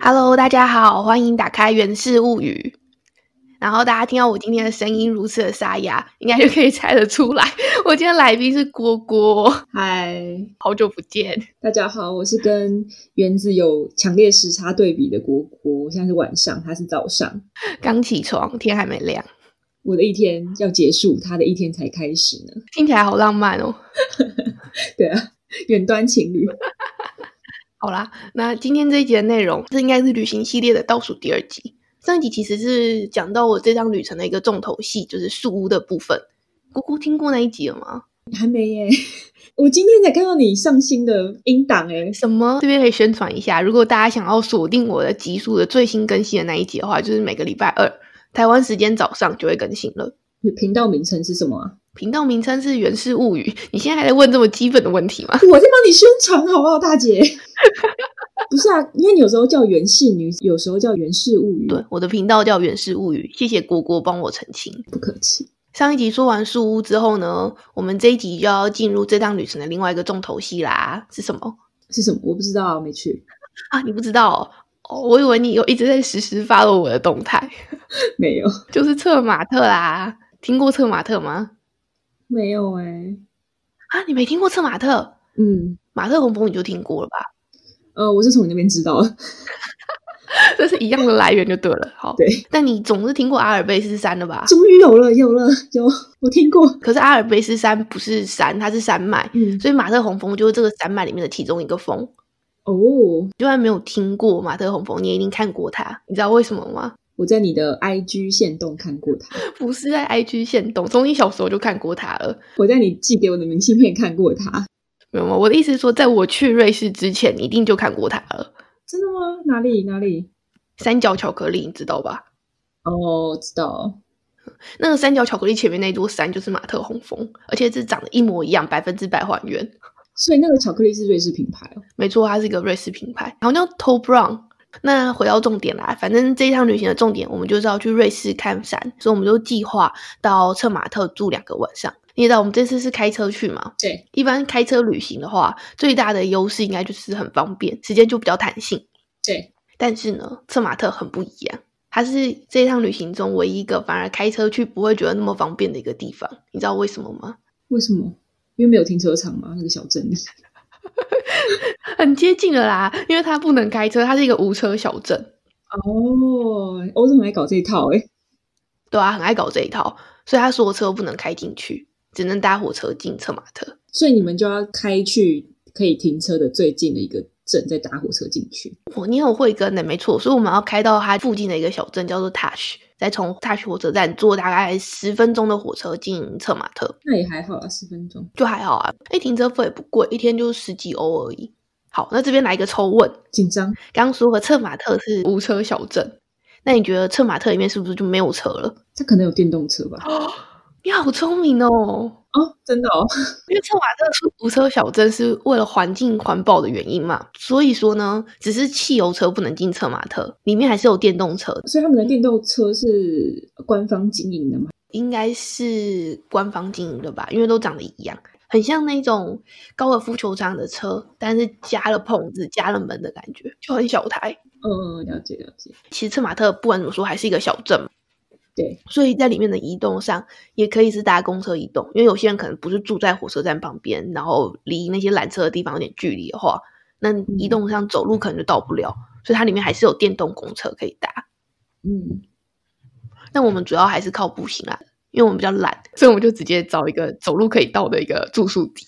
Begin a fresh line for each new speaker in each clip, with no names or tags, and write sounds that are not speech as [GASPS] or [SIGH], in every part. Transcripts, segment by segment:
Hello，大家好，欢迎打开《源氏物语》。然后大家听到我今天的声音如此的沙哑，应该就可以猜得出来， [LAUGHS] 我今天来宾是郭郭，
嗨，
好久不见。
大家好，我是跟原子有强烈时差对比的果果，我现在是晚上，他是早上，
刚起床，天还没亮，
我的一天要结束，他的一天才开始呢。 [LAUGHS]
听起来好浪漫哦。
对啊，远端情侣，
好啦，那今天这一集的内容，这应该是旅行系列的倒数第二集。上一集其实是讲到我这趟旅程的一个重头戏，就是树屋的部分。姑姑听过那一集了吗？
还没耶，我今天才看到你上新的音档哎，
什么？这边可以宣传一下，如果大家想要锁定我的集数的最新更新的那一集的话，就是每个礼拜二台湾时间早上就会更新了。
你频道名称是什么啊？
频道名称是《源氏物语》，你现在还在问这么基本的问题吗？
我在帮你宣传好不好，大姐？ [LAUGHS] 不是啊，因为你有时候叫源氏女，有时候叫源氏物语，
对，，我的频道叫《源氏物语》，谢谢果果帮我澄清。
不可气。
上一集说完树屋之后呢，我们这一集就要进入这趟旅程的另外一个重头戏啦，是什么
是什么？我不知道啊，我没去。
啊？你不知道哦？哦我以为你有一直在实时发了我的动态，
没有，
就是策马特啦。听过策马特吗？
没有哎、
啊，你没听过策马特？
嗯，
马特洪峰你就听过了吧？
呃，我是从你那边知道的。
这是一样的来源就对了。好，
对，
但你总是听过阿尔卑斯山的吧？
终于有了，有了，有，我听过。
可是阿尔卑斯山不是山，它是山脉，
嗯，
所以马特洪峰就是这个山脉里面的其中一个峰。
哦，
就算没有听过马特洪峰，你也一定看过它。你知道为什么吗？
我在你的 IG 线动看过他，
不是在 IG 线动，从你小时候就看过它了，
我在你寄给我的明信片看过他。
没有吗？我的意思是说，在我去瑞士之前，你一定就看过它了。
真的吗？哪里？哪里？
三角巧克力，你知道吧？
哦，知道。
那个三角巧克力前面那座山就是马特洪峰，而且是长得一模一样，百分之百还原。
所以那个巧克力是瑞士品牌哦。
没错，它是一个瑞士品牌，好像叫 Toe Brown。那回到重点啦，反正这一趟旅行的重点，我们就是要去瑞士看山，所以我们就计划到策马特住两个晚上。你也知道，我们这次是开车去嘛，
对，
一般开车旅行的话，最大的优势应该就是很方便，时间就比较弹性。
对，
但是呢，策马特很不一样，它是这一趟旅行中唯一一个反而开车去不会觉得那么方便的一个地方。你知道为什么吗？
为什么？因为没有停车场嘛，那个小镇里。
很接近了啦，因为它不能开车，它是一个无车小镇。
哦，欧洲人来搞这一套哎、
对啊，很爱搞这一套，所以他所有车都不能开进去，只能搭火车进策马特。
所以你们就要开去可以停车的最近的一个镇，再搭火车进去。
我你很会跟的，没错，所以我们要开到它附近的一个小镇叫做 Tash，再从 Tash 火车站坐大概十分钟的火车进策马特，
那也还好啦，十分钟。
就还好啊。哎，停车费也不贵，一天就十几欧而已。好，那这边来一个抽问，
紧张。
刚刚说了策马特是无车小镇，那你觉得策马特里面是不是就没有车了？
他可能有电动车吧？
你好聪明哦！
哦，真的哦。
因为策马特出租车小镇是为了环境环保的原因嘛，所以说呢，只是汽油车不能进策马特，里面还是有电动车的，
所以他们的电动车是官方经营的吗？
应该是官方经营的吧，因为都长得一样，很像那种高尔夫球场的车，但是加了棚子、加了门的感觉，就很小台。
嗯，了解了解。
其实策马特不管怎么说还是一个小镇嘛，
对，
所以在里面的移动上也可以是搭公车移动，因为有些人可能不是住在火车站旁边，然后离那些缆车的地方有点距离的话，那移动上走路可能就到不了，所以它里面还是有电动公车可以搭。
嗯，
但我们主要还是靠步行啊，因为我们比较懒，所以我们就直接找一个走路可以到的一个住宿地。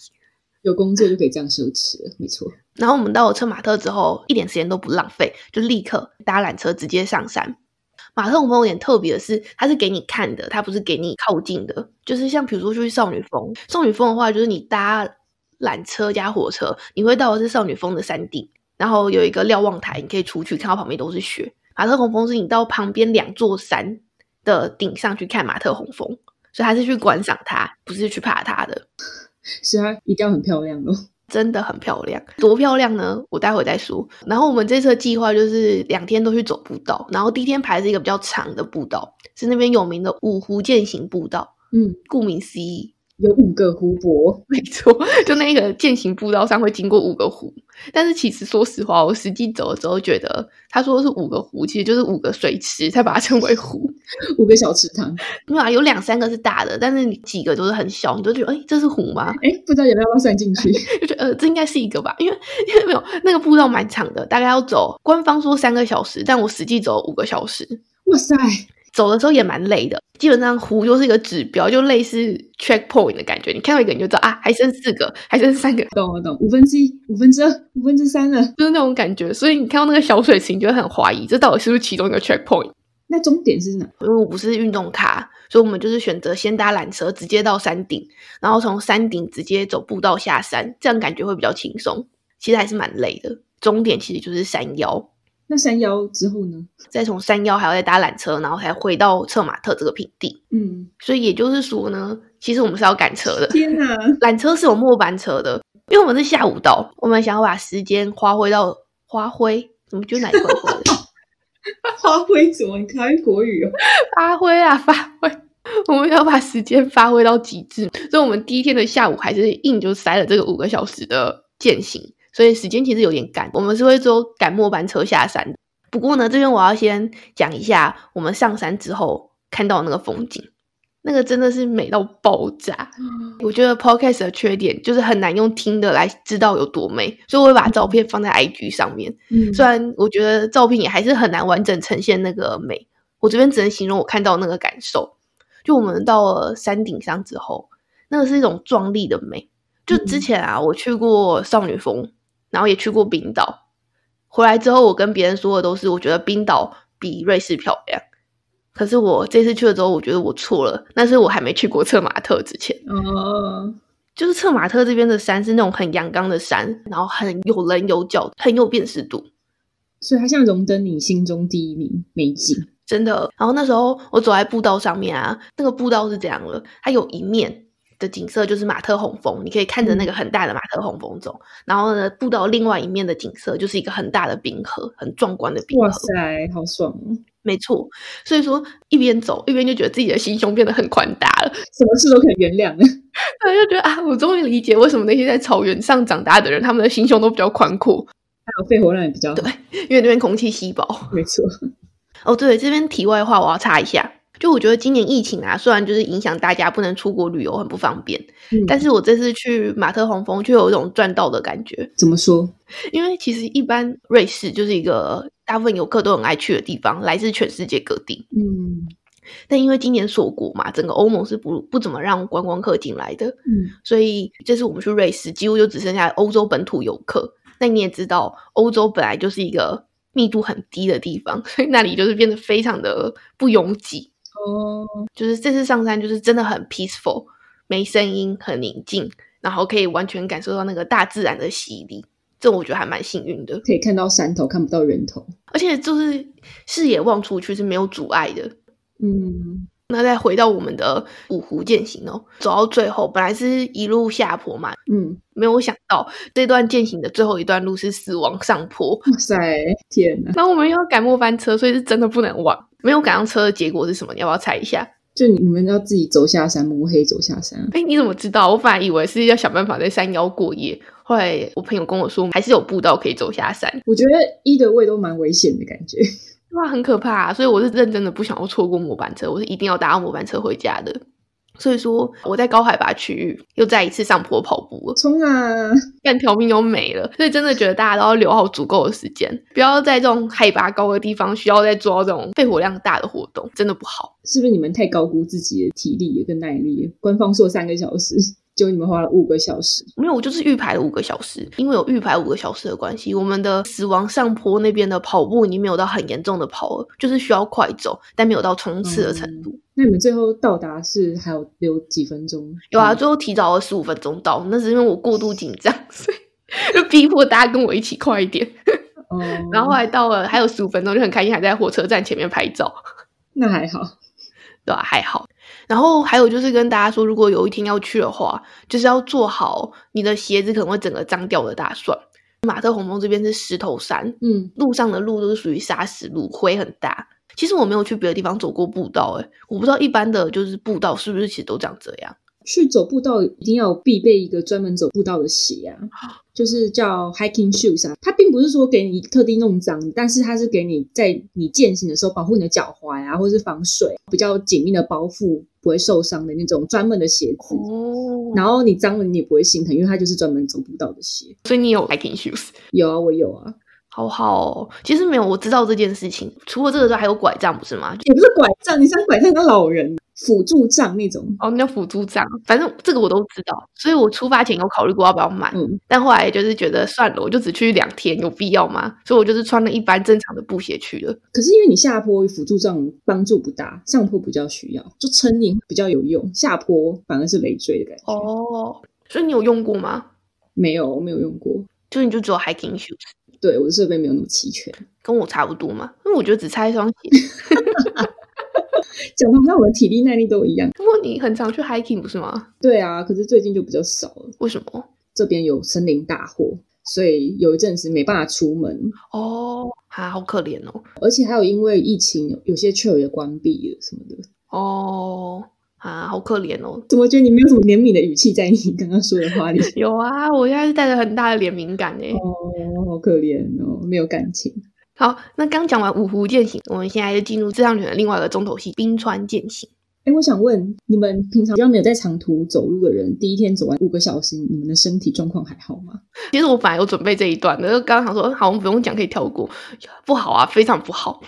有工作就可以这样奢侈了，没错。
然后我们到了车马特之后，一点时间都不浪费，就立刻搭缆车直接上山。马特洪峰有点特别的是，它是给你看的，它不是给你靠近的。就是像比如说去少女峰，少女峰的话，就是你搭缆车加火车，你会到的是少女峰的山顶，然后有一个瞭望台，你可以出去看到旁边都是雪。马特洪峰是你到旁边两座山的顶上去看马特洪峰，所以他是去观赏它，不是去爬它的。
是它一定要很漂亮哦咯。
真的很漂亮，多漂亮呢？我待会再说。然后我们这次的计划就是两天都去走步道，然后第一天排是一个比较长的步道，是那边有名的五湖践行步道。
嗯，
顾名思义，
[LAUGHS] 有五个湖泊，
没错， [LAUGHS] 就那个践行步道上会经过五个湖，但是其实说实话，我实际走了之后觉得，他说是五个湖，其实就是五个水池，才把它称为湖。 [LAUGHS]
五个小池塘。
没有啊，有两三个是大的，但是你几个都是很小，你就觉得，哎、这是湖吗？
[LAUGHS] 哎，不知道有没有要算进去？
就觉得呃，这应该是一个吧，因为因为没有那个步道蛮长的，大概要走官方说三个小时，但我实际走了五个小时。
[LAUGHS] 哇塞，
走的时候也蛮累的，基本上湖就是一个指标，就类似 checkpoint 的感觉。你看到一个你就知道啊，还剩四个，还剩三个，
懂哦了懂，五分之一、五分之二、五分之三了。
就是那种感觉。所以你看到那个小水池，你就会很怀疑这到底是不是其中一个 checkpoint。
那终点是哪？
因为我不是运动咖，所以我们就是选择先搭缆车直接到山顶，然后从山顶直接走步道下山，这样感觉会比较轻松。其实还是蛮累的，终点其实就是山腰，
那山腰之后呢？
再从山腰还要再搭缆车，然后才回到策马特这个平地。
嗯，
所以也就是说呢，其实我们是要赶车
[LAUGHS]
的，
天哪，
缆车是有末班车的，因为我们是下午到，我们想要把时间花挥到花挥，怎么就哪里怪怪的？
花卉怎么开国语哦？
发挥啊，发挥！我们要把时间发挥到极致，所以我们第一天的下午还是硬就塞了这个五个小时的践行，所以时间其实有点赶。我们是会说赶末班车下山的，不过呢，这边我要先讲一下我们上山之后看到的那个风景，那个真的是美到爆炸。我觉得 podcast 的缺点就是很难用听的来知道有多美，所以我会把照片放在 IG 上面。
[GASPS] 嗯，
虽然我觉得照片也还是很难完整呈现那个美，我这边只能形容我看到那个感受。就我们到了山顶上之后，那个是一种壮丽的美。就之
嗯
前啊，我去过少女峰，然后也去过冰岛。回来之后，我跟别人说的都是，我觉得冰岛比瑞士漂亮。可是我这次去了之后，我觉得我错了。那是我还没去过策马特之前。
哦，
就是策马特这边的山是那种很阳刚的山，然后很有棱有角，很有辨识度，
所以它像荣登你心中第一名美景。
真的。然后那时候我走在步道上面啊，那个步道是这样了，它有一面的景色就是马特洪峰，你可以看着那
嗯
个很大的马特洪峰走。然后呢，步道另外一面的景色就是一个很大的冰河，很壮观的冰河
哇。塞，好爽哦！
没错，所以说一边走一边就觉得自己的心胸变得很宽大了。 [LAUGHS]
什么事都可以原谅了。
对，就觉得啊，我终于理解为什么那些在草原上长大的人，他们的心胸都比较宽阔，
还有肺活量也比较好，
因为那边空气稀薄。
没错。
哦，对，这边题外话我要插一下，就我觉得今年疫情啊，虽然就是影响大家不能出国旅游，很不方便，
嗯
但是我这次去马特洪峰却有一种赚到的感觉，
怎么说？
因为其实一般瑞士就是一个大部分游客都很爱去的地方，来自全世界各地，
嗯
但因为今年锁国嘛，整个欧盟是不不怎么让观光客进来的，
嗯，
所以这次我们去瑞士，几乎就只剩下欧洲本土游客。那你也知道，欧洲本来就是一个密度很低的地方，所以那里就是变得非常的不拥挤。
哦，
就是这次上山，就是真的很 peaceful，没声音，很宁静，然后可以完全感受到那个大自然的洗礼。这我觉得还蛮幸运的，
可以看到山头，看不到人头。
而且就是视野望出去是没有阻碍的，
嗯，
那再回到我们的五湖践行哦，走到最后，本来是一路下坡嘛，
嗯，
没有想到这段践行的最后一段路是死亡上坡。
哇塞，天哪！
那我们又要赶末班车，所以是真的不能忘。没有赶上车的结果是什么？你要不要猜一下？
就你们要自己走下山，摸黑走下山。
哎，你怎么知道？我本来以为是要想办法在山腰过夜，后来我朋友跟我说，还是有步道可以走下山，
我觉得一的位都蛮危险的感觉。 [LAUGHS]
哇，很可怕、啊。所以我是认真的，不想要错过末班车，我是一定要搭到末班车回家的。所以说，我在高海拔区域又再一次上坡跑步了。
冲啊！
干条命都没了，所以真的觉得大家都要留好足够的时间，不要在这种海拔高的地方需要再做到这种肺活量大的活动，真的不好。
是不是你们太高估自己的体力跟耐力了？官方说三个小时，结果你们花了五个小时。
没有，我就是预排了五个小时，因为有预排五个小时的关系，我们的死亡上坡那边的跑步已经没有到很严重的跑了，就是需要快走，但没有到冲刺的程度。
那你们最后到达是还有留几分钟？
有啊，
嗯，
最后提早了十五分钟到，那是因为我过度紧张，所以就逼迫大家跟我一起快一点。
哦，
然后后来到了还有十五分钟，就很开心，还在火车站前面拍照。
那还好。
对吧、还好。然后还有就是跟大家说，如果有一天要去的话，就是要做好你的鞋子可能会整个脏掉的打算。马特洪峰这边是石头山，
嗯，
路上的路都是属于砂石路，灰很大。其实我没有去别的地方走过步道、欸，诶，我不知道一般的就是步道是不是其实都长这样。
去走步道一定要必备一个专门走步道的鞋啊，就是叫 hiking shoes 啊。它并不是说给你特地弄脏，但是它是给你在你践行的时候保护你的脚踝啊，或者是防水，比较紧密的包覆，不会受伤的那种专门的鞋子。
哦，
然后你脏了你也不会心疼，因为它就是专门走步道的鞋。
所以你有 hiking shoes。
有啊，我有啊，
好好、哦，其实没有，我知道这件事情。除了这个之外，还有拐杖，不是吗？
也不是拐杖，你像拐杖跟老人辅助杖那种。
哦，那辅助杖，反正这个我都知道。所以我出发前有考虑过要不要买，
嗯，
但后来就是觉得算了，我就只去两天，有必要吗？所以我就是穿了一般正常的布鞋去了。
可是因为你下坡辅助杖帮助不大，上坡比较需要，就撑你比较有用，下坡反而是累赘的感觉。
哦，所以你有用过吗？
没有，我没有用过，
就是你就只有 hiking shoes，
对我的设备没有那么齐全。
跟我差不多嘛，因为我觉得只差一双鞋。
讲到那我的体力耐力都一样。
不过你很常去 hiking 不是吗？
对啊，可是最近就比较少了，
为什么？
这边有森林大火，所以有一阵子没办法出门，
哦，啊，好可怜哦。
而且还有因为疫情，有有些 trail 也关闭了什么的。
哦，啊，好可怜哦。
怎么觉得你没有什么怜悯的语气在你刚刚说的话里？
有啊，我现在是带着很大的怜悯感欸诶。
哦，好可怜哦，没有感情。
好，那刚讲完五湖践行，我们现在就进入这趟旅程的另外一个重头戏——冰川践行。
哎，我想问你们平常比较没有在长途走路的人，第一天走完五个小时，你们的身体状况还好吗？ [LAUGHS]
其实我本来有准备这一段的，就刚刚想说，嗯好，我们不用讲，可以跳过。不好啊，非常不好。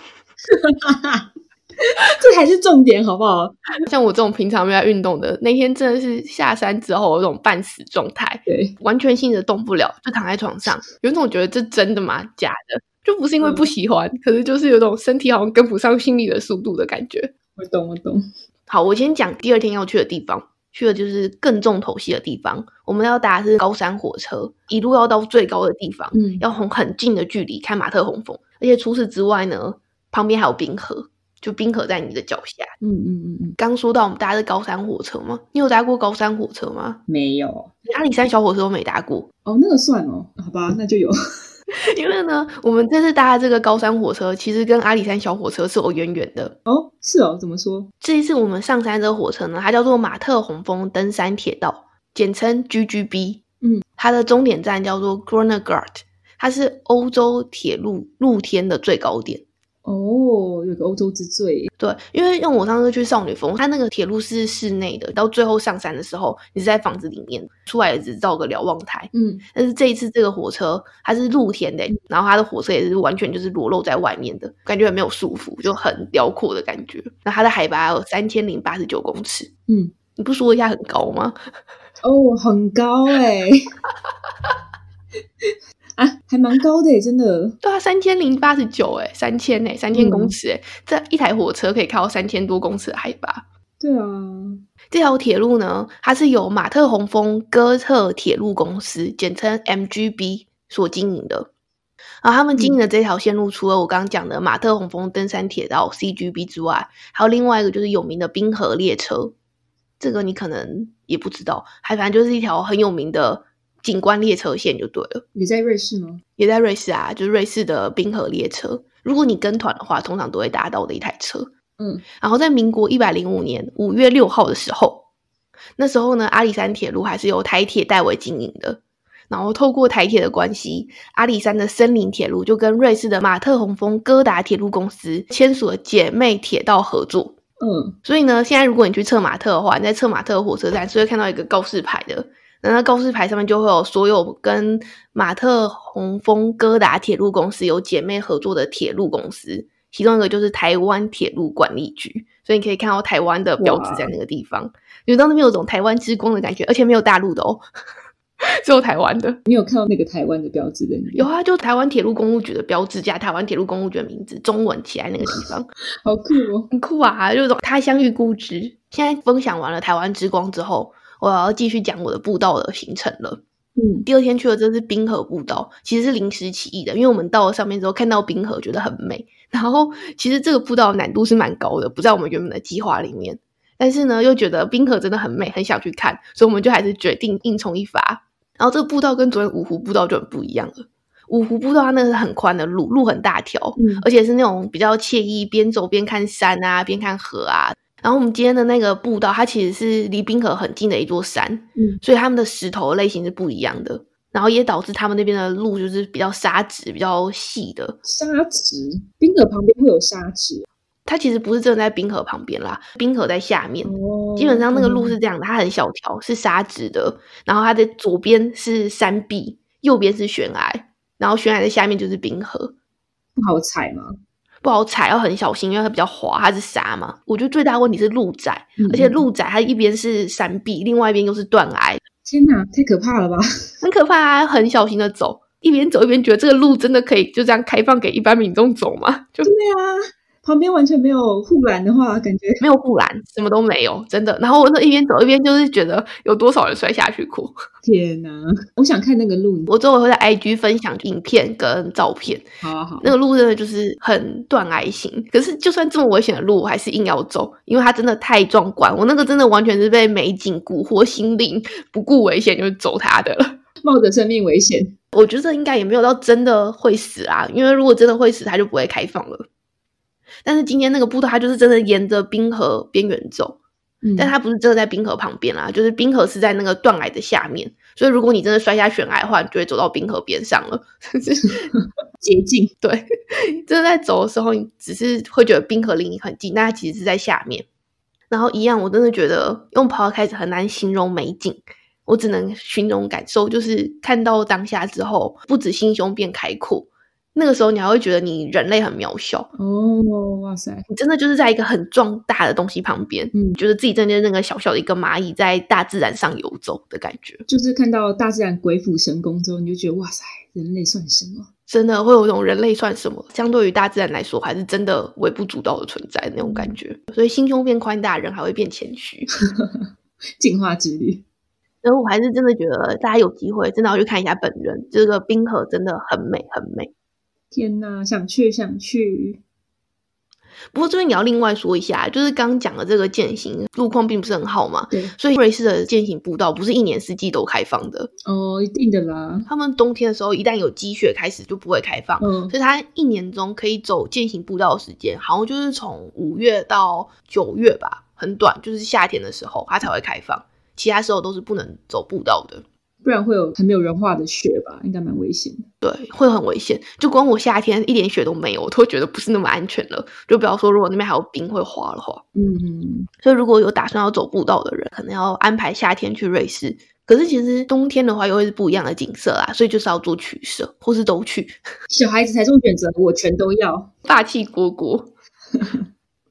这才是重点，好不好？
像我这种平常没有在运动的，那天真的是下山之后有种半死状态，
对，
完全性的动不了，就躺在床上，有一种觉得这真的吗？假的？就不是因为不喜欢，可是就是有种身体好像跟不上心理的速度的感觉。
我懂，我懂。
好，我先讲第二天要去的地方，去的就是更重头戏的地方。我们要搭的是高山火车，一路要到最高的地方，
嗯，
要从很近的距离看马特洪峰。而且除此之外呢，旁边还有冰河，就冰河在你的脚下。
嗯嗯嗯嗯，
刚说到我们搭的高山火车吗？你有搭过高山火车吗？
没有。
阿里山小火车我没搭过，
哦，那个算哦，好吧，那就有。 [LAUGHS]
因为呢，我们这次搭的这个高山火车其实跟阿里山小火车是有渊源的。
哦，是哦，怎么说？
这一次我们上山这个火车呢，它叫做马特洪峰登山铁道，简称 GGB。
嗯，
它的终点站叫做 Groenegard，它是欧洲铁路露天的最高点。
哦，有个欧洲之最，
对，因为像我上次去少女峰，它那个铁路是室内的，到最后上山的时候，你是在房子里面，出来也只照个瞭望台。
嗯，
但是这一次这个火车它是露天的，欸然后它的火车也是完全就是裸露在外面的，感觉很没有束缚，就很辽阔的感觉。那它的海拔有三千零八十九公尺，
嗯，
你不说一下很高吗？
哦，很高哎、 [LAUGHS] 啊，还蛮高的耶，真的。
对啊，三千零八十九，哎，三千哎，三千公尺哎、这一台火车可以开到三千多公尺的海拔。
对啊，
这条铁路呢，它是由马特洪峰哥特铁路公司（简称 MGB） 所经营的。然后他们经营的这条线路，除了我刚刚讲的马特洪峰登山铁道 （CGB） 之外，还有另外一个就是有名的冰河列车。这个你可能也不知道，还反正就是一条很有名的景观列车线就对了，
你在瑞士吗？
也在瑞士啊，就是瑞士的冰河列车。如果你跟团的话，通常都会搭到的一台车。
嗯
然后在民国一百零五年五月六号的时候，那时候呢，阿里山铁路还是由台铁代为经营的。然后透过台铁的关系，阿里山的森林铁路就跟瑞士的马特洪峰哥达铁路公司签署了姐妹铁道合作。
嗯，
所以呢，现在如果你去策马特的话，你在策马特火车站是会看到一个告示牌的。那那告示牌上面就会有所有跟马特洪峰哥达铁路公司有姐妹合作的铁路公司，其中一个就是台湾铁路管理局，所以你可以看到台湾的标志在那个地方，你到那边有种台湾之光的感觉，而且没有大陆的哦， [LAUGHS] 只有台湾的。
你有看到那个台湾的标志的？
有，啊，就台湾铁路公路局的标志加台湾铁路公路局的名字，中文起来那个地方。
好酷哦。
很酷啊，就是他乡遇故知。现在分享完了台湾之光之后，我要继续讲我的步道的行程了。
嗯，
第二天去的这是冰河步道，其实是临时起意的，因为我们到了上面之后看到冰河觉得很美，然后其实这个步道难度是蛮高的，不在我们原本的计划里面。但是呢，又觉得冰河真的很美，很想去看，所以我们就还是决定硬冲一发。然后这个步道跟昨天五湖步道就很不一样了。五湖步道它那个是很宽的路，路很大条，
嗯
而且是那种比较惬意，边走边看山啊，边看河啊。然后我们今天的那个步道，它其实是离冰河很近的一座山，
嗯，
所以他们的石头类型是不一样的，然后也导致他们那边的路就是比较沙质、比较细的。
沙池，冰河旁边会有沙池，
它其实不是真的在冰河旁边啦，冰河在下面。
哦
基本上那个路是这样的，它很小条，是沙质的，然后它的左边是山壁，右边是悬崖，然后悬崖的下面就是冰河，
不好踩嘛，
不好踩，要很小心，因为它比较滑，它是沙嘛。我觉得最大的问题是路窄，而且
嗯
路窄，它一边是山壁，另外一边又是断崖，
天哪，太可怕了吧！ [LAUGHS]
很可怕、啊，很小心的走。一边走一边觉得这个路真的可以就这样开放给一般民众走吗？ [LAUGHS] 就
对啊，旁边完全没有护栏的话，感觉
没有护栏，什么都没有，真的。然后我就一边走一边就是觉得有多少人摔下去哭。
天哪！我想看那个
[LAUGHS]
路，
我之后会在 IG 分享影片跟照片，
好啊好啊，
那个路真的就是很断崖型。可是就算这么危险的路，我还是硬要走，因为它真的太壮观。我那个真的完全是被美景蛊惑心灵，不顾危险就是走它的了。
冒着生命危险，
我觉得这应该也没有到真的会死啊，因为如果真的会死，它就不会开放了。但是今天那个步道，它就是真的沿着冰河边缘走，
嗯
但它不是真的在冰河旁边啦，就是冰河是在那个断崖的下面，所以如果你真的摔下悬崖的话，你就会走到冰河边上了。
捷径，
对，真的在走的时候，你只是会觉得冰河离你很近，但它其实是在下面。然后一样，我真的觉得用 podcast 很难形容美景，我只能形容感受，就是看到当下之后，不止心胸变开阔，那个时候你还会觉得你人类很渺小，
哦，哇塞，
你真的就是在一个很壮大的东西旁边，
嗯
你觉得自己真的就是那个小小的一个蚂蚁在大自然上游走的感觉，
就是看到大自然鬼斧神工之后，你就觉得哇塞，人类算什么？
真的会有一种人类算什么？相对于大自然来说，还是真的微不足道的存在那种感觉。所以心胸变宽大，人还会变谦虚。
进化之旅，
然后我还是真的觉得大家有机会真的要去看一下本人，这个冰河真的很美很美。
天哪，想去想去，
不过这边也要另外说一下，就是刚讲的这个践行路况并不是很好嘛，
对，
所以瑞士的践行步道不是一年四季都开放的，
哦，一定的啦，
他们冬天的时候一旦有积雪开始就不会开放，
嗯，
所以它一年中可以走践行步道的时间，好像就是从五月到九月吧，很短，就是夏天的时候它才会开放，其他时候都是不能走步道的。
不然会有很没有人化的雪吧，应该蛮危险的。
对，会很危险。就光我夏天一点雪都没有，我都觉得不是那么安全了。就不要说如果那边还有冰会滑的话，
嗯，
所以如果有打算要走步道的人，可能要安排夏天去瑞士。可是其实冬天的话又会是不一样的景色啦，所以就是要做取舍，或是都去。
小孩子才做选择，我全都要。
霸气虢虢。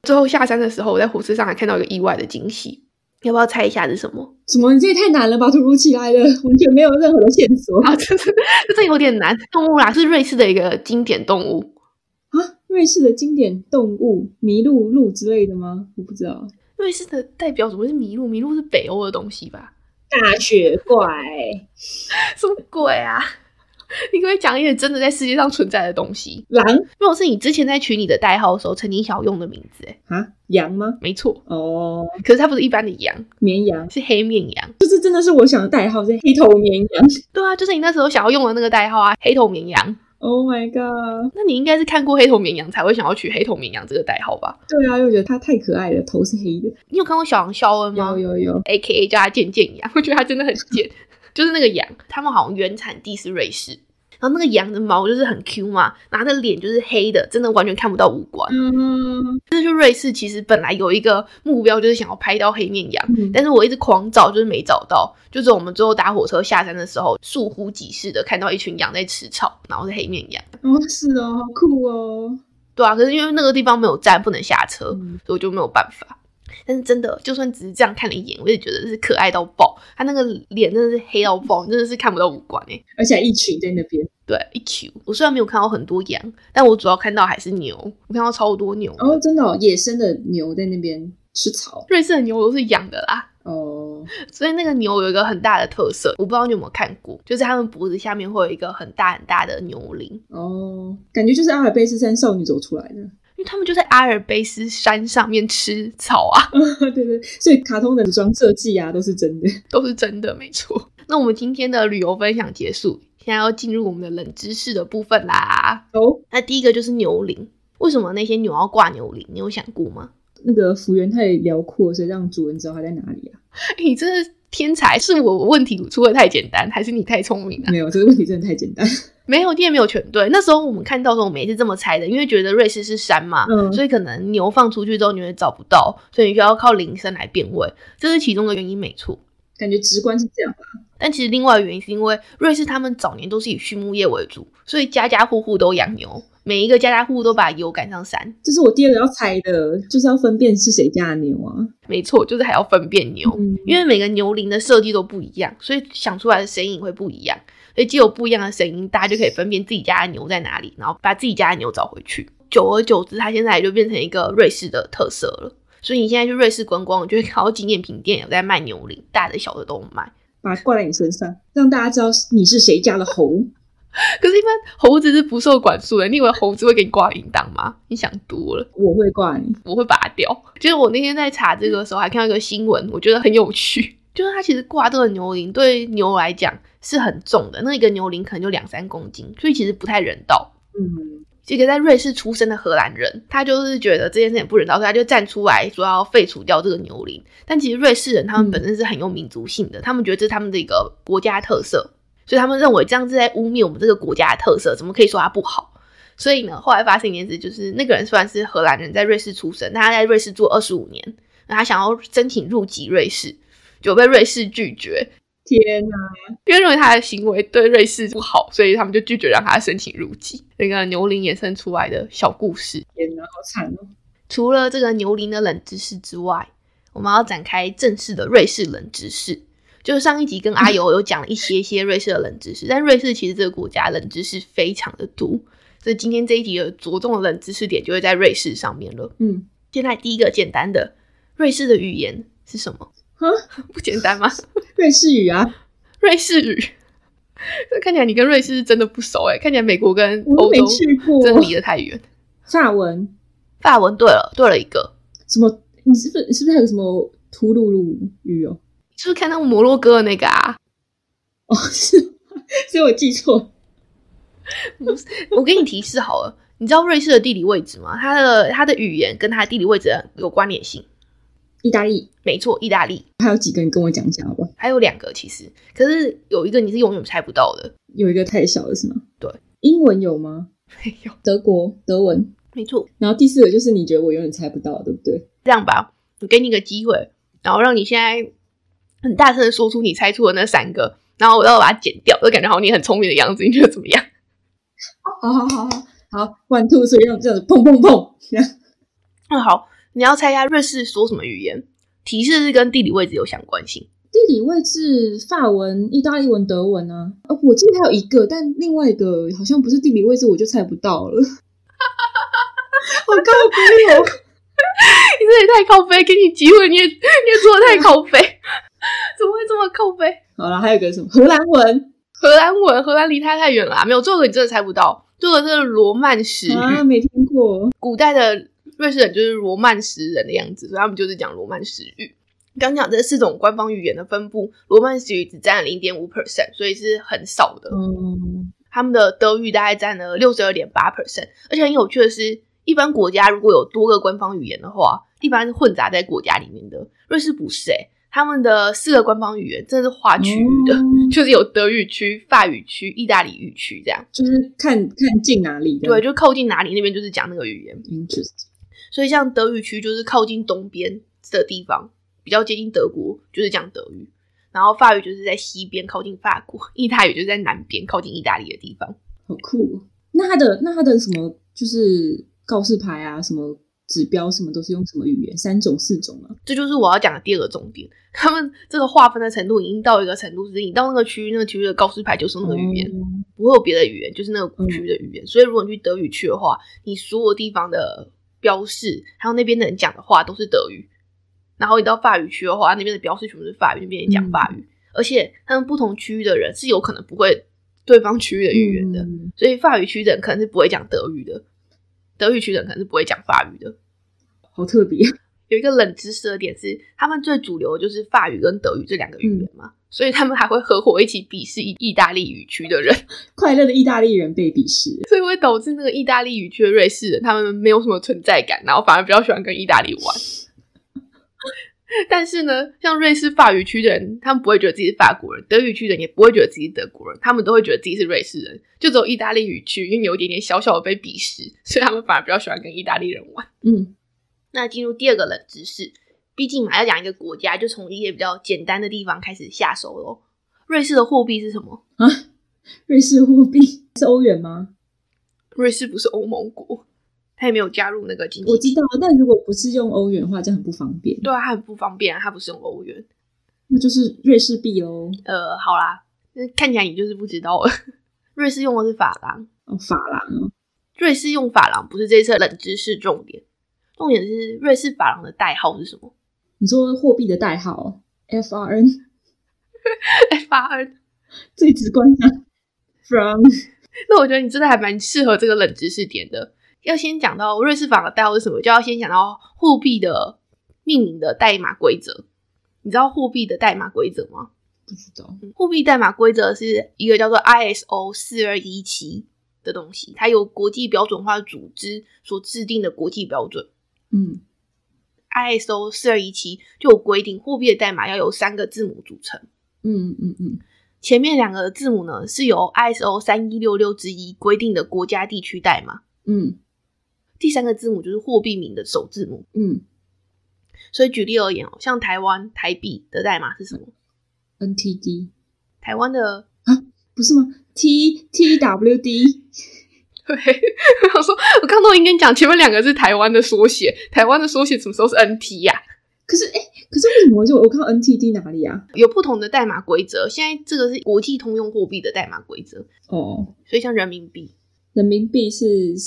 最后下山的时候，我在火车上还看到一个意外的惊喜，要不要猜一下是什么？
什么？你这也太难了吧！突如其来的， [LAUGHS] 完全没有任何的线索啊！
啊，这这这有点难，动物啦，是瑞士的一个经典动物。
瑞士的经典动物，麋鹿、鹿之类的吗？我不知道。
瑞士的代表怎么是麋鹿？麋鹿是北欧的东西吧？
大雪怪，
[LAUGHS] 什么鬼啊？你可不可以讲一点真的在世界上存在的东西？
狼
如果是你之前在取你的代号的时候曾经想要用的名字，哎，
啊，羊吗？
没错。
哦，
可是它不是一般的羊，
绵羊，
是黑面羊。
就是真的是我想的代号是黑头绵羊。
对啊，就是你那时候想要用的那个代号啊，黑头绵羊。
Oh my god！
那你应该是看过黑头绵羊才会想要取黑头绵羊这个代号吧？
对啊，又觉得它太可爱了，头是黑的。
你有看过小羊肖恩吗
有有有，
？A K A 叫它贱贱羊，我 [LAUGHS] 觉得它真的很贱，就是那个羊，他们好像原产地是瑞士，然后那个羊的毛就是很 Q 嘛，然后它的脸就是黑的，真的完全看不到五官。
嗯
这就是瑞士其实本来有一个目标，就是想要拍到黑面羊。
嗯，
但是我一直狂找，就是没找到。就是我们最后搭火车下山的时候，倏忽即逝的看到一群羊在吃草，然后是黑面羊。
哦是哦，好酷哦。
对啊，可是因为那个地方没有站，不能下车，
嗯
所以我就没有办法。但是真的，就算只是这样看了一眼，我也觉得是可爱到爆。他那个脸真的是黑到爆，真的是看不到五官哎、
而且还一群在那边。
对，一 Q。我虽然没有看到很多羊，但我主要看到还是牛，我看到超多牛。
哦，真的、哦，野生的牛在那边吃草。
瑞士的牛都是养的啦，
哦，
所以那个牛有一个很大的特色，我不知道你有没有看过，就是他们脖子下面会有一个很大很大的牛铃，
哦，感觉就是阿尔卑斯山少女走出来的。 [LAUGHS]
因为他们就在阿尔卑斯山上面吃草啊。
对对，所以卡通的服装设计啊都是真的。
都是真的，没错。那我们今天的旅游分享结束，现在要进入我们的冷知识的部分啦。
哦，
那第一个就是牛铃，为什么那些牛要挂牛铃？你有想过吗？
那个幅员太辽阔，所以让主人知道它在哪里啊。
你真是天才，是我问题出的太简单，还是你太聪明了、
没有，这个问题真的太简单。 [LAUGHS]
没有，你也没有全对。那时候我们看到的时候，我们也是这么猜的，因为觉得瑞士是山嘛，
嗯
所以可能牛放出去之后你会找不到，所以你就要靠铃声来辨位，这是其中的原因，没错。
感觉直观是这样吧。
但其实另外的原因是因为瑞士他们早年都是以畜牧业为主，所以家家户户都养牛，每一个家家户户都把油赶上山。
这是我第二个要猜的，就是要分辨是谁家的牛啊。
没错，就是还要分辨牛，
嗯，
因为每个牛铃的设计都不一样，所以想出来的声音会不一样。所以既有不一样的声音，大家就可以分辨自己家的牛在哪里，然后把自己家的牛找回去。久而久之，它现在也就变成一个瑞士的特色了。所以你现在去瑞士观光，你就会看到纪念品店有在卖牛铃，大的小的都有卖。
把它挂在你身上，让大家知道你是谁家的猴。
可是，一般猴子是不受管束的。你以为猴子会给你挂铃铛吗？你想多了，
我会挂你，
我会拔掉。就是我那天在查这个的时候，还看到一个新闻，我觉得很有趣。 [LAUGHS] 就是它其实挂这个牛铃，对牛来讲是很重的，那一个牛铃可能就两三公斤，所以其实不太人道。
嗯，
这个在瑞士出生的荷兰人，他就是觉得这件事情不人道，所以他就站出来说要废除掉这个牛铃。但其实瑞士人他们
嗯
本身是很有民族性的，他们觉得这是他们的一个国家特色，所以他们认为这样是在污蔑我们这个国家的特色，怎么可以说它不好？所以呢，后来发生一件事，就是那个人虽然是荷兰人，在瑞士出生，但他在瑞士住二十五年，然后他想要申请入籍瑞士，就被瑞士拒绝，
天哪、
因为认为他的行为对瑞士不好，所以他们就拒绝让他申请入籍。那个牛铃衍生出来的小故事，
天哪、好惨哦！
除了这个牛铃的冷知识之外，我们要展开正式的瑞士冷知识。就是上一集跟阿
[LAUGHS]
尤有讲了一些些瑞士的冷知识，但瑞士其实这个国家冷知识非常的多，所以今天这一集的着重的冷知识点就会在瑞士上面了。
嗯，
现在第一个简单的，瑞士的语言是什么？
哈，
[LAUGHS] 不简单吗？
瑞士语啊，
瑞士语。这看起来你跟瑞士是真的不熟哎、看起来美国跟
我都
欧
没
洲
去过。
真的离得太远。
法文
法文对了，对了一个，
什么？你是不是是不是还有什么图鲁鲁语哦？
是不是看到摩洛哥的那个啊？
哦，是， [LAUGHS] 所以我记错。
我给你提示好了，你知道瑞士的地理位置吗？它的它的语言跟它的地理位置有关联性。
意大利
没错，意大利
还有几个？你跟我讲一下好不好？
还有两个其实，可是有一个你是永远猜不到的。 [LAUGHS]
有一个太小了是吗？
对，
英文有吗？
没有，
德国德文，
没错，
然后第四个就是你觉得我永远猜不到，对不对？
这样吧，我给你个机会，然后让你现在很大声的说出你猜出的那三个，然后我要把它剪掉，就感觉好像你很聪明的样子，你觉得怎么样？ [LAUGHS]
好好好好好，one two three，让这样子砰砰砰， [LAUGHS] 这样
那、嗯好，你要猜一下瑞士说什么语言？提示是跟地理位置有相关性。
地理位置，法文、意大利文、德文啊。哦，我记得还有一个，但另外一个好像不是地理位置，我就猜不到 [LAUGHS] 了。好高没有，
你 [LAUGHS] 这也太靠背，给你机会，你也你也做的太靠背，怎么会这么靠背？
好了，还有一个什么荷兰文
荷兰文，荷兰离它太远了啊、没有这个你真的猜不到。这个是罗曼史语，
啊，没听过。
古代的瑞士人就是罗曼史人的样子，所以他们就是讲罗曼史语。刚讲这四种官方语言的分布，罗曼史语只占零点五 percent，所以是很少的。
嗯，
他们的德语大概占了六十二点八 percent，而且很有趣的是，一般国家如果有多个官方语言的话，一般是混杂在国家里面的。瑞士不是诶、欸他们的四个官方语言真的是划区域的，
哦
[LAUGHS] 就是有德语区、法语区、意大利语区这样。
就是看看近哪里的。
对，就靠近哪里那边就是讲那个语言，
，interesting。
所以像德语区就是靠近东边的地方，比较接近德国，就是讲德语。然后法语就是在西边靠近法国，意大利就是在南边靠近意大利的地方。
好酷、哦。那它的那它的什么就是告示牌啊，什么指标什么都是用什么语言？三种四种啊？
这就是我要讲的第二个重点。他们这个划分的程度已经到一个程度，是你到那个区域，那个区域的告示牌就是那个语言，
嗯
不会有别的语言，就是那个区域的语言。所以如果你去德语区的话，你所有地方的标示，还有那边的人讲的话都是德语。然后你到法语区的话，那边的标示全部是法语，那边也讲法语。而且他们不同区域的人是有可能不会对方区域的语言的，
嗯
所以法语区的人可能是不会讲德语的，德语区的人可能是不会讲法语的。
好特别。 [LAUGHS]
有一个冷知识的点是，他们最主流的就是法语跟德语这两个语言嘛，所以他们还会合伙一起鄙视意意大利语区的人， [LAUGHS]
快乐的意大利人被鄙视，
所以会导致那个意大利语区的瑞士人他们没有什么存在感，然后反而比较喜欢跟意大利玩。 [LAUGHS] 但是呢，像瑞士法语区的人，他们不会觉得自己是法国人；德语区的人也不会觉得自己是德国人，他们都会觉得自己是瑞士人。就只有意大利语区，因为有一点点小小的被鄙视，所以他们反而比较喜欢跟意大利人玩。
嗯，
那进入第二个冷知识，毕竟嘛要讲一个国家，就从一些比较简单的地方开始下手喽。瑞士的货币是什么？
瑞士货币 [LAUGHS] 是欧元吗？
瑞士不是欧盟国，它也没有加入那个经济。
我知道，但如果不是用欧元的话，这样很不方便，
对啊，它很不方便啊，它不是用欧元。
那就是瑞士币喽。
呃，好啦，那看起来你就是不知道了。 [LAUGHS] 瑞士用的是法郎，
哦，法郎哦，
瑞士用法郎不是这一次的冷知识重点，重点是瑞士法郎的代号是什么 [LAUGHS]
你说货币的代号哦 FRN
哎？FRN。
最直观的 from
那我觉得你真的还蛮适合这个冷知识点的。要先讲到瑞士法郎的代号是什么，就要先讲到货币的命名的代码规则。你知道货币的代码规则吗？嗯
不知道，
货币代码规则是一个叫做 ISO 四二一七的东西，它由国际标准化组织所制定的国际标准。
嗯
ISO 四二一七就有规定，货币的代码要由三个字母组成。
嗯嗯嗯，
前面两个字母呢是由 ISO 三一六六之一规定的国家地区代码，
嗯
第三个字母就是货币名的首字母。
嗯
所以举例而言哦，像台湾台币的代码是什么？
，NTD
台湾的
不是吗？T T W D
对，我想说，我刚都已经跟你讲，前面两个是台湾的缩写，台湾的缩写什么时候是 NT 呀、
可是哎、可是为什么我就我看到 NTD 哪里啊？
有不同的代码规则，现在这个是国际通用货币的代码规则，
哦，
所以像人民币，
人民币是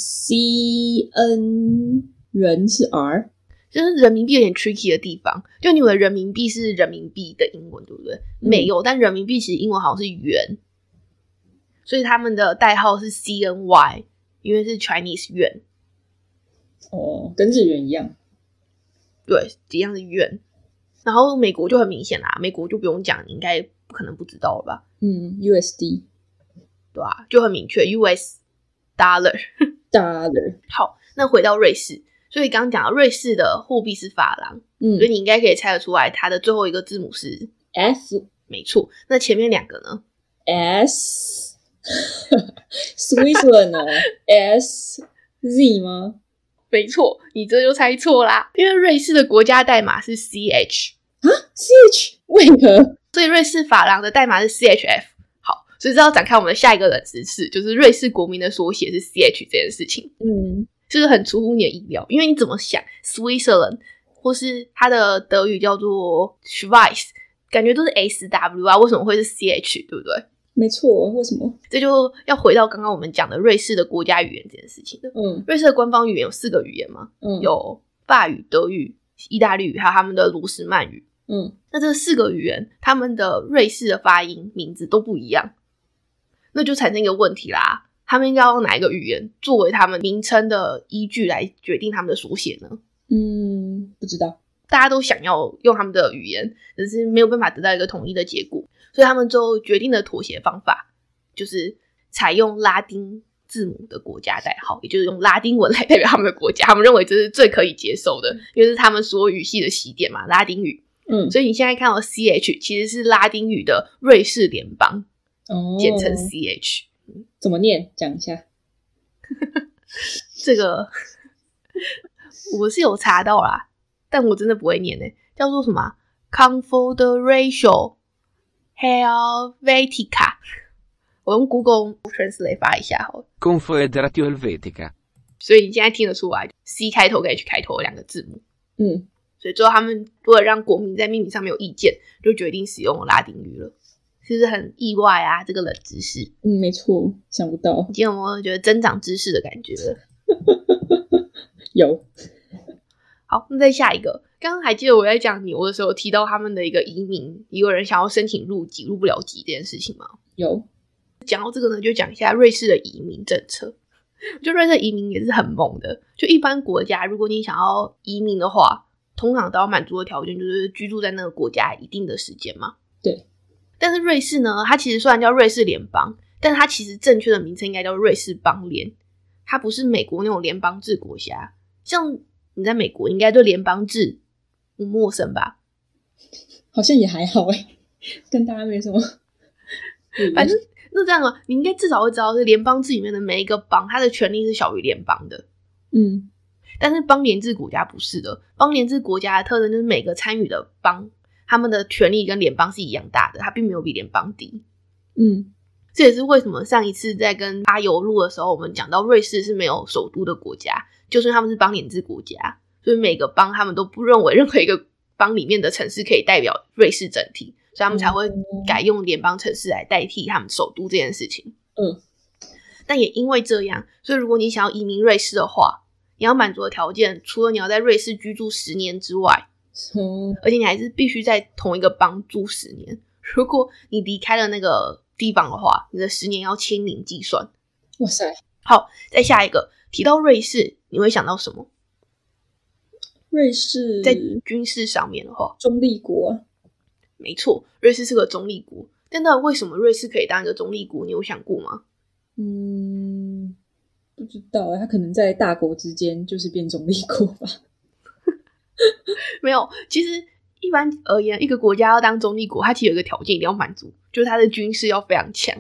CN，人是 R，
就是人民币有点 tricky 的地方，就你以为人民币是人民币的英文，对不对？没有，但人民币其实英文好像是元，所以他们的代号是 CNY，因为是 Chinese 元，
哦，跟日元一样。
对，一样是元。然后美国就很明显啦，美国就不用讲，你应该不可能不知道了吧？
嗯，USD
对吧、就很明确，US dollar。
dollar，
好，那回到瑞士，所以刚刚讲到瑞士的货币是法郎，
嗯
所以你应该可以猜得出来，它的最后一个字母是
，F
没错。那前面两个呢？
S Switzerland 哦，S Z 吗？
没错，你这就猜错啦，因为瑞士的国家代码是 CH，
啊，CH 为何？
所以瑞士法郎的代码是 CHF。好，所以这要展开我们的下一个冷知识，就是瑞士国民的缩写是 CH 这件事情。
嗯
就是很出乎你的意料，因为你怎么想，Switzerland 或是它的德语叫做 Schweiz，感觉都是 S W 啊，为什么会是 C H，对不对？，
没错，为什么？
这就要回到刚刚我们讲的瑞士的国家语言这件事情了。
嗯
瑞士的官方语言有四个语言嘛，
嗯，
有法语、德语、意大利语，还有他们的卢什曼语。
嗯
那这四个语言，他们的瑞士的发音、名字都不一样，那就产生一个问题啦。他们应该要用哪一个语言作为他们名称的依据来决定他们的书写呢？
嗯，不知道。
大家都想要用他们的语言，可是没有办法得到一个统一的结果，所以他们最后决定的妥协方法就是采用拉丁字母的国家代号，也就是用拉丁文来代表他们的国家。他们认为这是最可以接受的，因为是他们所有语系的起点嘛，拉丁语。
嗯，
所以你现在看到 C H 其实是拉丁语的瑞士联邦，
哦，
简称 C H。
怎么念？讲一下。
这个我是有查到啦，但我真的不会念呢、叫做什么啊 Confederation Helvetica。我用 Google Translate 发一下好了，
Confederatio Helvetica.
所以你现在听得出来，C 开头跟 H 开头的两个字母。
嗯，
所以最后他们为了让国民在命名上没有意见，就决定使用拉丁语了，是不是很意外啊？这个冷知识，你
嗯，没错，想不到
今天有没有觉得增长知识的感觉了？
有。
好，那再下一个，刚刚还记得我在讲牛的时候提到他们的一个移民，也有人想要申请入籍入不了籍这件事情吗？
有，
讲到这个呢，就讲一下瑞士的移民政策。我觉得瑞士移民也是很猛的，就一般国家，如果你想要移民的话，通常都要满足的条件就是居住在那个国家一定的时间嘛。
对。
但是瑞士呢，它其实虽然叫瑞士联邦，但它其实正确的名称应该叫瑞士邦联，它不是美国那种联邦制国家。像你在美国应该对联邦制不陌生吧？
好像也还好哎、跟大家没什么。
[LAUGHS] 反正那这样啊，你应该至少会知道是联邦制里面的每一个邦，它的权利是小于联邦的。
嗯，
但是邦联制国家不是的，邦联制国家的特征就是每个参与的邦，他们的权利跟联邦是一样大的，它并没有比联邦低。
嗯
这也是为什么上一次在跟阿尤录的时候，我们讲到瑞士是没有首都的国家，就是他们是邦联制国家，所以每个邦他们都不认为任何一个邦里面的城市可以代表瑞士整体，所以他们才会改用联邦城市来代替他们首都这件事情。
嗯，
但也因为这样，所以如果你想要移民瑞士的话，你要满足的条件，除了你要在瑞士居住十年之外，
哦，
而且你还是必须在同一个邦住十年。如果你离开了那个地方的话，你的十年要清零计算。
哇塞，
再下一个提到瑞士，你会想到什么？
瑞士
在军事上面的话，
中立国，
没错，瑞士是个中立国。但那为什么瑞士可以当一个中立国？你有想过吗？ [LAUGHS]
嗯，不知道欸，他可能在大国之间就是变中立国吧。
没有。其实一般而言，一个国家要当中立国，它其实有一个条件一定要满足，就是它的军事要非常强。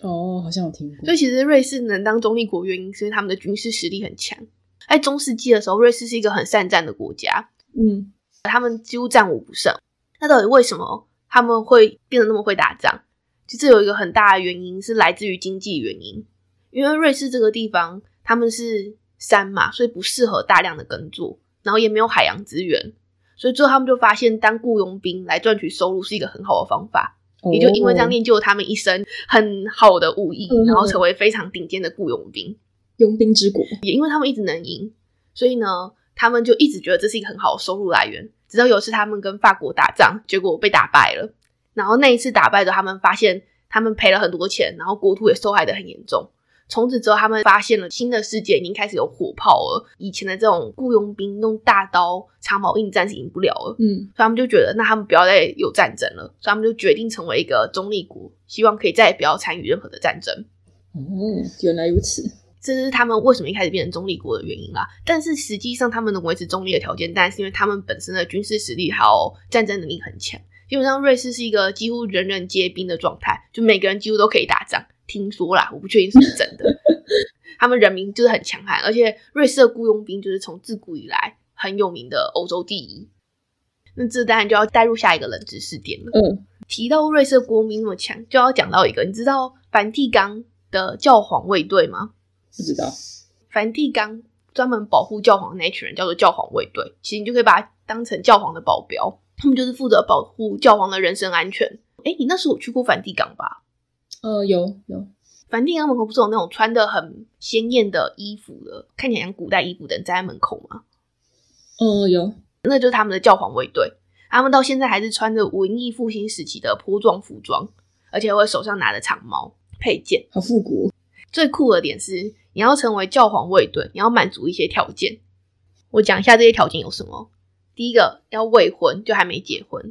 哦，好像有听过
所以。其实瑞士能当中立国，原因是因为他们的军事实力很强。在中世纪的时候，瑞士是一个很善战的国家，
嗯，
他们几乎战无不胜。那到底为什么他们会变得那么会打仗？其实有一个很大的原因是来自于经济原因，因为瑞士这个地方他们是山嘛，所以不适合大量的耕作，然后也没有海洋资源，所以最后他们就发现当雇佣兵来赚取收入是一个很好的方法。也就因为这样
哦
练就了他们一身很好的武艺
嗯，
然后成为非常顶尖的雇佣兵。
佣兵之国。
也因为他们一直能赢，所以呢，他们就一直觉得这是一个很好的收入来源。直到有一次他们跟法国打仗，结果被打败了。然后那一次打败之后，他们发现他们赔了很多钱，然后国土也受害的很严重。从此之后，他们发现了新的世界已经开始有火炮了，以前的这种雇佣兵用大刀、长矛硬战是赢不了了。
嗯，
所以他们就觉得，那他们不要再有战争了，所以他们就决定成为一个中立国，希望可以再也不要参与任何的战争。
哦，原来如此。
这是他们为什么一开始变成中立国的原因啦。但是实际上，他们能维持中立的条件，当然是因为他们本身的军事实力还有战争能力很强。基本上，瑞士是一个几乎人人皆兵的状态，就每个人几乎都可以打仗。听说啦，我不确定是不是真的。 [LAUGHS] 他们人民就是很强悍，而且瑞士的雇佣兵就是从自古以来很有名的欧洲第一。那这当然就要带入下一个冷知识点了。
嗯，
提到瑞士的国民那么强，就要讲到一个，你知道梵蒂冈的教皇卫队吗？
不知道。
梵蒂冈专门保护教皇的那一群人叫做教皇卫队，其实你就可以把它当成教皇的保镖，他们就是负责保护教皇的人身安全。哎，你那时候有去过梵蒂冈吧？
呃，有有。
梵蒂冈门口不是有那种穿的很鲜艳的衣服的，看起来像古代衣服的人站在门口吗？
呃，有。
那就是他们的教皇卫队，他们到现在还是穿着文艺复兴时期的波状服装，而且会手上拿着长矛佩剑。
好复古。
最酷的点是，你要成为教皇卫队，你要满足一些条件。我讲一下这些条件有什么。第一个要未婚，就还没结婚；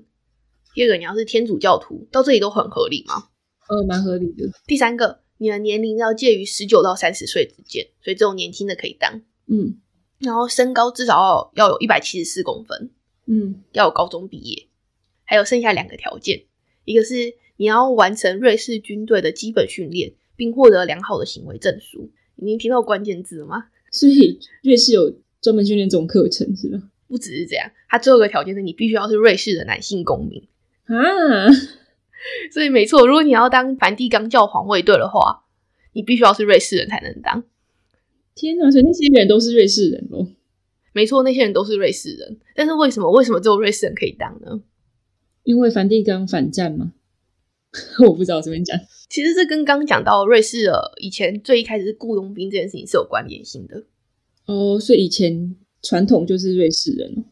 第二个你要是天主教徒，到这里都很合理嘛。
呃，蛮合理的。
第三个，你的年龄要介于十九到三十岁之间，所以这种年轻的可以当。
嗯
然后身高至少要要有一百七十四公分，
嗯，
要有高中毕业。还有剩下两个条件，一个是你要完成瑞士军队的基本训练，并获得良好的行为证书。你听到关键字了吗？
所以瑞士有专门训练这种课程是吧？
不只是这样，它最后一个条件是你必须要是瑞士的男性公民。
啊，
所以没错，如果你要当梵蒂冈教皇卫队的话，你必须要是瑞士人才能当。
天哪！所以那些人都是瑞士人哦。
没错，那些人都是瑞士人，但是为什么为什么只有瑞士人可以当呢？
因为梵蒂冈反战吗？ [LAUGHS] 我不知道，随便讲。
其实这跟刚刚讲到瑞士的以前最一开始是雇佣兵这件事情是有关联性的。
哦，所以以前传统就是瑞士人哦。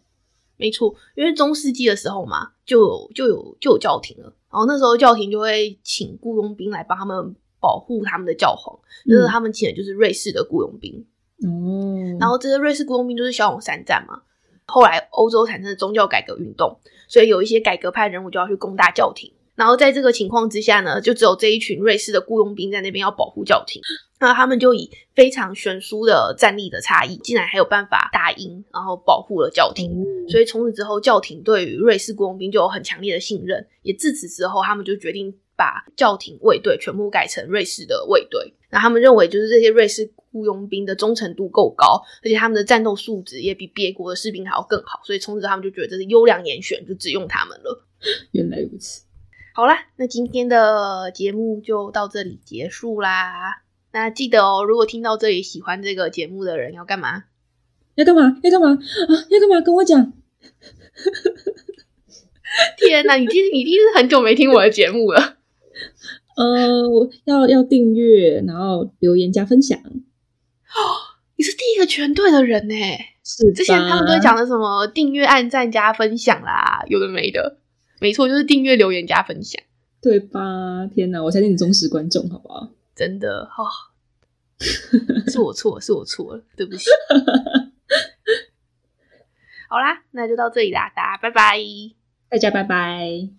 没错，因为中世纪的时候嘛，就有就有就有教廷了，然后那时候教廷就会请雇佣兵来帮他们保护他们的教皇，那
嗯
时候他们请的就是瑞士的雇佣兵。
哦，
然后这个瑞士雇佣兵就是骁勇善战嘛。后来欧洲产生了宗教改革运动，所以有一些改革派人物就要去攻打教廷。然后在这个情况之下呢，就只有这一群瑞士的雇佣兵在那边要保护教廷。那他们就以非常悬殊的战力的差异，竟然还有办法打赢，然后保护了教廷。所以从此之后，教廷对于瑞士雇佣兵就有很强烈的信任。也自此之后，他们就决定把教廷卫队全部改成瑞士的卫队。那他们认为，就是这些瑞士雇佣兵的忠诚度够高，而且他们的战斗素质也比别国的士兵还要更好。所以从此他们就觉得这是优良严选，就只用他们了。
原来如此。
好啦，那今天的节目就到这里结束啦。那记得哦，如果听到这里喜欢这个节目的人要干嘛？
要干嘛？要干嘛啊？要干嘛？跟我讲。
天哪，你今天你一定是很久没听我的节目了。
呃，我要要订阅，然后留言加分享，
你是第一个全对的人呢。
是
之前他们都会
吧
讲的什么订阅、按赞、加分享啦，有的没的。没错，就是订阅、留言、加分享，
对吧？天哪，我才是你忠实观众，好不好？
真的哦。是我错，是我错了，对不起。好啦，那就到这里啦，大家拜拜。
大家拜拜。